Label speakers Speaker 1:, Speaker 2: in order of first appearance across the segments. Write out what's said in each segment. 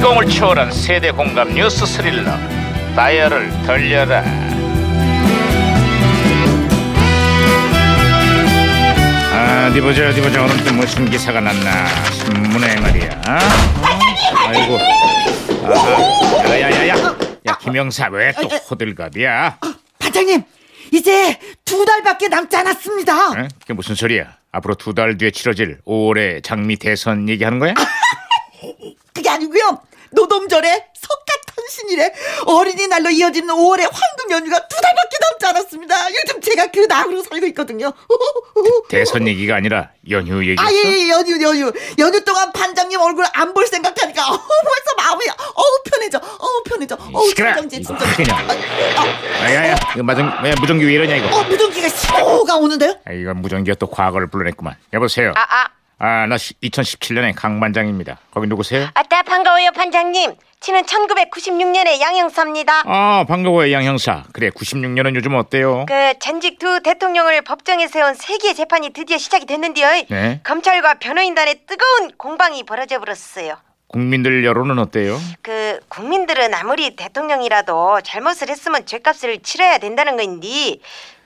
Speaker 1: 공포를 초월한 세대 공감 뉴스 스릴러 다이얼을 돌려라 아, 어디 보자 어디 보자 오늘 또 무슨 기사가 났나 신문에 말이야 아이고 아하, 야야야야 야 김영사 왜 또 호들갑이야
Speaker 2: 반장님 이제 두 달밖에 남지 않았습니다.
Speaker 1: 응? 그게 무슨 소리야 앞으로 두 달 뒤에 치러질 5월의 장미 대선 얘기하는 거야?
Speaker 2: 그게 아니고요. 노동절에 석가탄신일에 어린이날로 이어지는 5월의 황금 연휴가 두 달밖에 남지 않았습니다. 요즘 제가 그 낙으로 살고 있거든요.
Speaker 1: 대선 얘기가 아니라 연휴 얘기였어?
Speaker 2: 아예 예, 연휴 연휴 연휴 동안 반장님 얼굴 안 볼 생각하니까 어, 벌써 마음이 어우 편해져 어우 편해져 어우
Speaker 1: 시끄러.
Speaker 2: 진정제
Speaker 1: 이거
Speaker 2: 진정제
Speaker 1: 그냥.
Speaker 2: 어,
Speaker 1: 야야야 이거 마정, 야, 무전기 왜 이러냐 이거
Speaker 2: 어, 어 무전기가 시호가 오는데요?
Speaker 1: 아, 이건 무전기가 또 과거를 불러냈구만 여보세요
Speaker 3: 아,
Speaker 1: 아나 2017년의 강반장입니다 거기 누구세요?
Speaker 3: 아따 반가워요 반장님. 저는 1996년에 양형사입니다.
Speaker 1: 아 반가워요 양 형사 그래 96년은 요즘 어때요?
Speaker 3: 그 전직 두 대통령을 법정에 세운 세기의 재판이 드디어 시작이 됐는데요.
Speaker 1: 네.
Speaker 3: 검찰과 변호인단의 뜨거운 공방이 벌어져 버렸어요.
Speaker 1: 국민들 여론은 어때요?
Speaker 3: 그 국민들은 아무리 대통령이라도 잘못을 했으면 죄값을 치러야 된다는 건데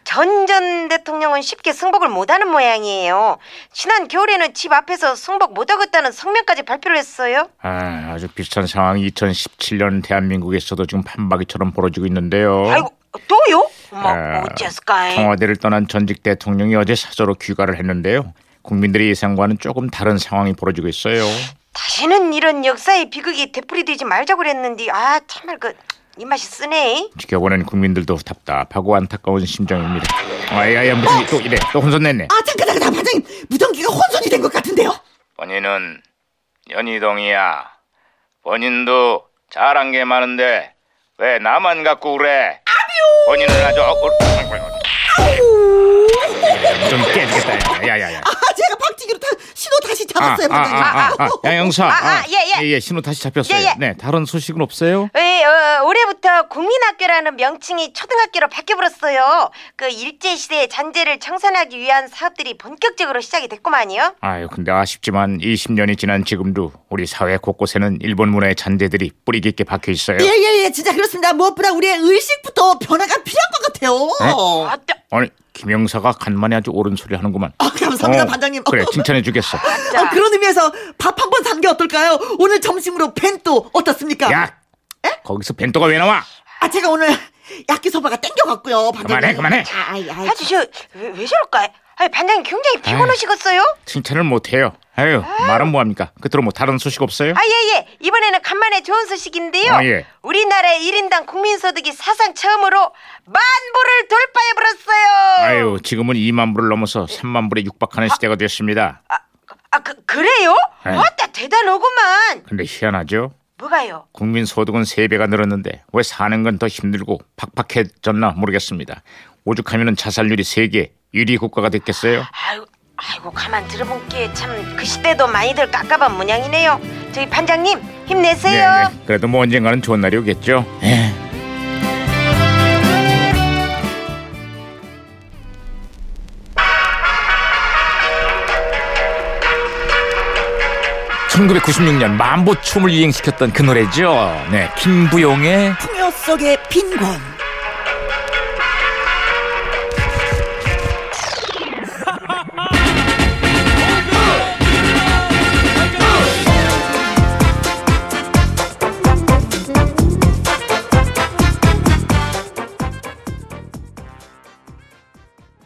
Speaker 3: 전 전 대통령은 쉽게 승복을 못하는 모양이에요. 지난 겨울에는 집 앞에서 승복 못하겠다는 성명까지 발표를 했어요.
Speaker 1: 아 아주 비슷한 상황이 2017년 대한민국에서도 지금 판박이처럼 벌어지고 있는데요
Speaker 3: 아이고 또요? 어머
Speaker 1: 아,
Speaker 3: 어째서까잉?
Speaker 1: 청와대를 떠난 전직 대통령이 어제 사저로 귀가를 했는데요 국민들의 예상과는 조금 다른 상황이 벌어지고 있어요
Speaker 3: 다시는 이런 역사의 비극이 되풀이되지 말자고 그랬는데 아 참말 그 입맛이 쓰네.
Speaker 1: 지켜보는 국민들도 답답하고 안타까운 심정입니다 아야야 무슨 또 이래 또 혼선 냈네
Speaker 2: 아 잠깐 잠깐 반장님 무전기가 혼선이 된 것 같은데요?
Speaker 1: 본인은 연희동이야. 본인도 잘한 게 많은데 왜 나만 갖고 그래? 본인은 아주 억울. 좀 깨지겠다. 야야야. 아,
Speaker 2: 아 제가 박치기로 다 신호 다시 잡았어요 반장님.
Speaker 1: 야 영사.
Speaker 3: 아, 아, 예, 예.
Speaker 1: 신호 다시 잡혔어요.
Speaker 3: 예, 예.
Speaker 1: 네, 다른 소식은 없어요?
Speaker 3: 왜, 어, 올해부터 국민학교라는 명칭이 초등학교로 바뀌어버렸어요. 그 일제시대의 잔재를 청산하기 위한 사업들이 본격적으로 시작이 됐구만요.
Speaker 1: 아유, 근데 아쉽지만 20년이 지난 지금도 우리 사회 곳곳에는 일본 문화의 잔재들이 뿌리 깊게 박혀 있어요.
Speaker 2: 예예예 진짜 그렇습니다 무엇보다 우리의 의식부터 변화가 필요한 것 같아요
Speaker 3: 아, 따-
Speaker 1: 아니, 김영사가 간만에 아주 옳은 소리 하는구만.
Speaker 2: 아 감사합니다
Speaker 1: 어,
Speaker 2: 반장님
Speaker 1: 그래, 칭찬해 주겠어.
Speaker 2: 아, 그런 의미에서 밥 한 번 산 게 어떨까요 오늘 점심으로 벤또 어떻습니까
Speaker 1: 야, 거기서 벤또가 왜 나와?
Speaker 2: 아 제가 오늘 야끼소바가 땡겨갔고요
Speaker 1: 그만해,
Speaker 2: 반장님
Speaker 1: 그만해.
Speaker 2: 아이, 아이.
Speaker 3: 아주 저, 왜, 왜 저럴까? 아니, 반장님 굉장히 피곤하시겠어요?
Speaker 1: 칭찬을 못 해요. 아유, 말은 뭐 합니까? 끝으로 뭐 다른 소식 없어요?
Speaker 3: 아, 예, 예. 이번에는 간만에 좋은 소식인데요.
Speaker 1: 아, 예.
Speaker 3: 우리나라의 1인당 국민소득이 사상 처음으로 만 불을 돌파해버렸어요.
Speaker 1: 아유, 지금은 2만 불을 넘어서 3만 불에 육박하는 시대가 됐습니다.
Speaker 3: 아, 아, 그, 그래요?
Speaker 1: 예.
Speaker 3: 아따, 대단하구만.
Speaker 1: 근데 희한하죠?
Speaker 3: 뭐가요?
Speaker 1: 국민 소득은 3배가 늘었는데 왜 사는 건 더 힘들고 팍팍해졌나 모르겠습니다. 오죽하면 자살률이 세계 1위 국가가 됐겠어요?
Speaker 3: 아이고, 아이고 가만 들어본게 참 그 시대도 많이들 깝깝한 모양이네요. 저희 반장님 힘내세요.
Speaker 1: 그래도 뭐 언젠가는 좋은 날이 오겠죠? 예. (1996년) 만보춤을 유행시켰던 그 노래죠 네 김부용의
Speaker 2: 풍요 속의 빈곤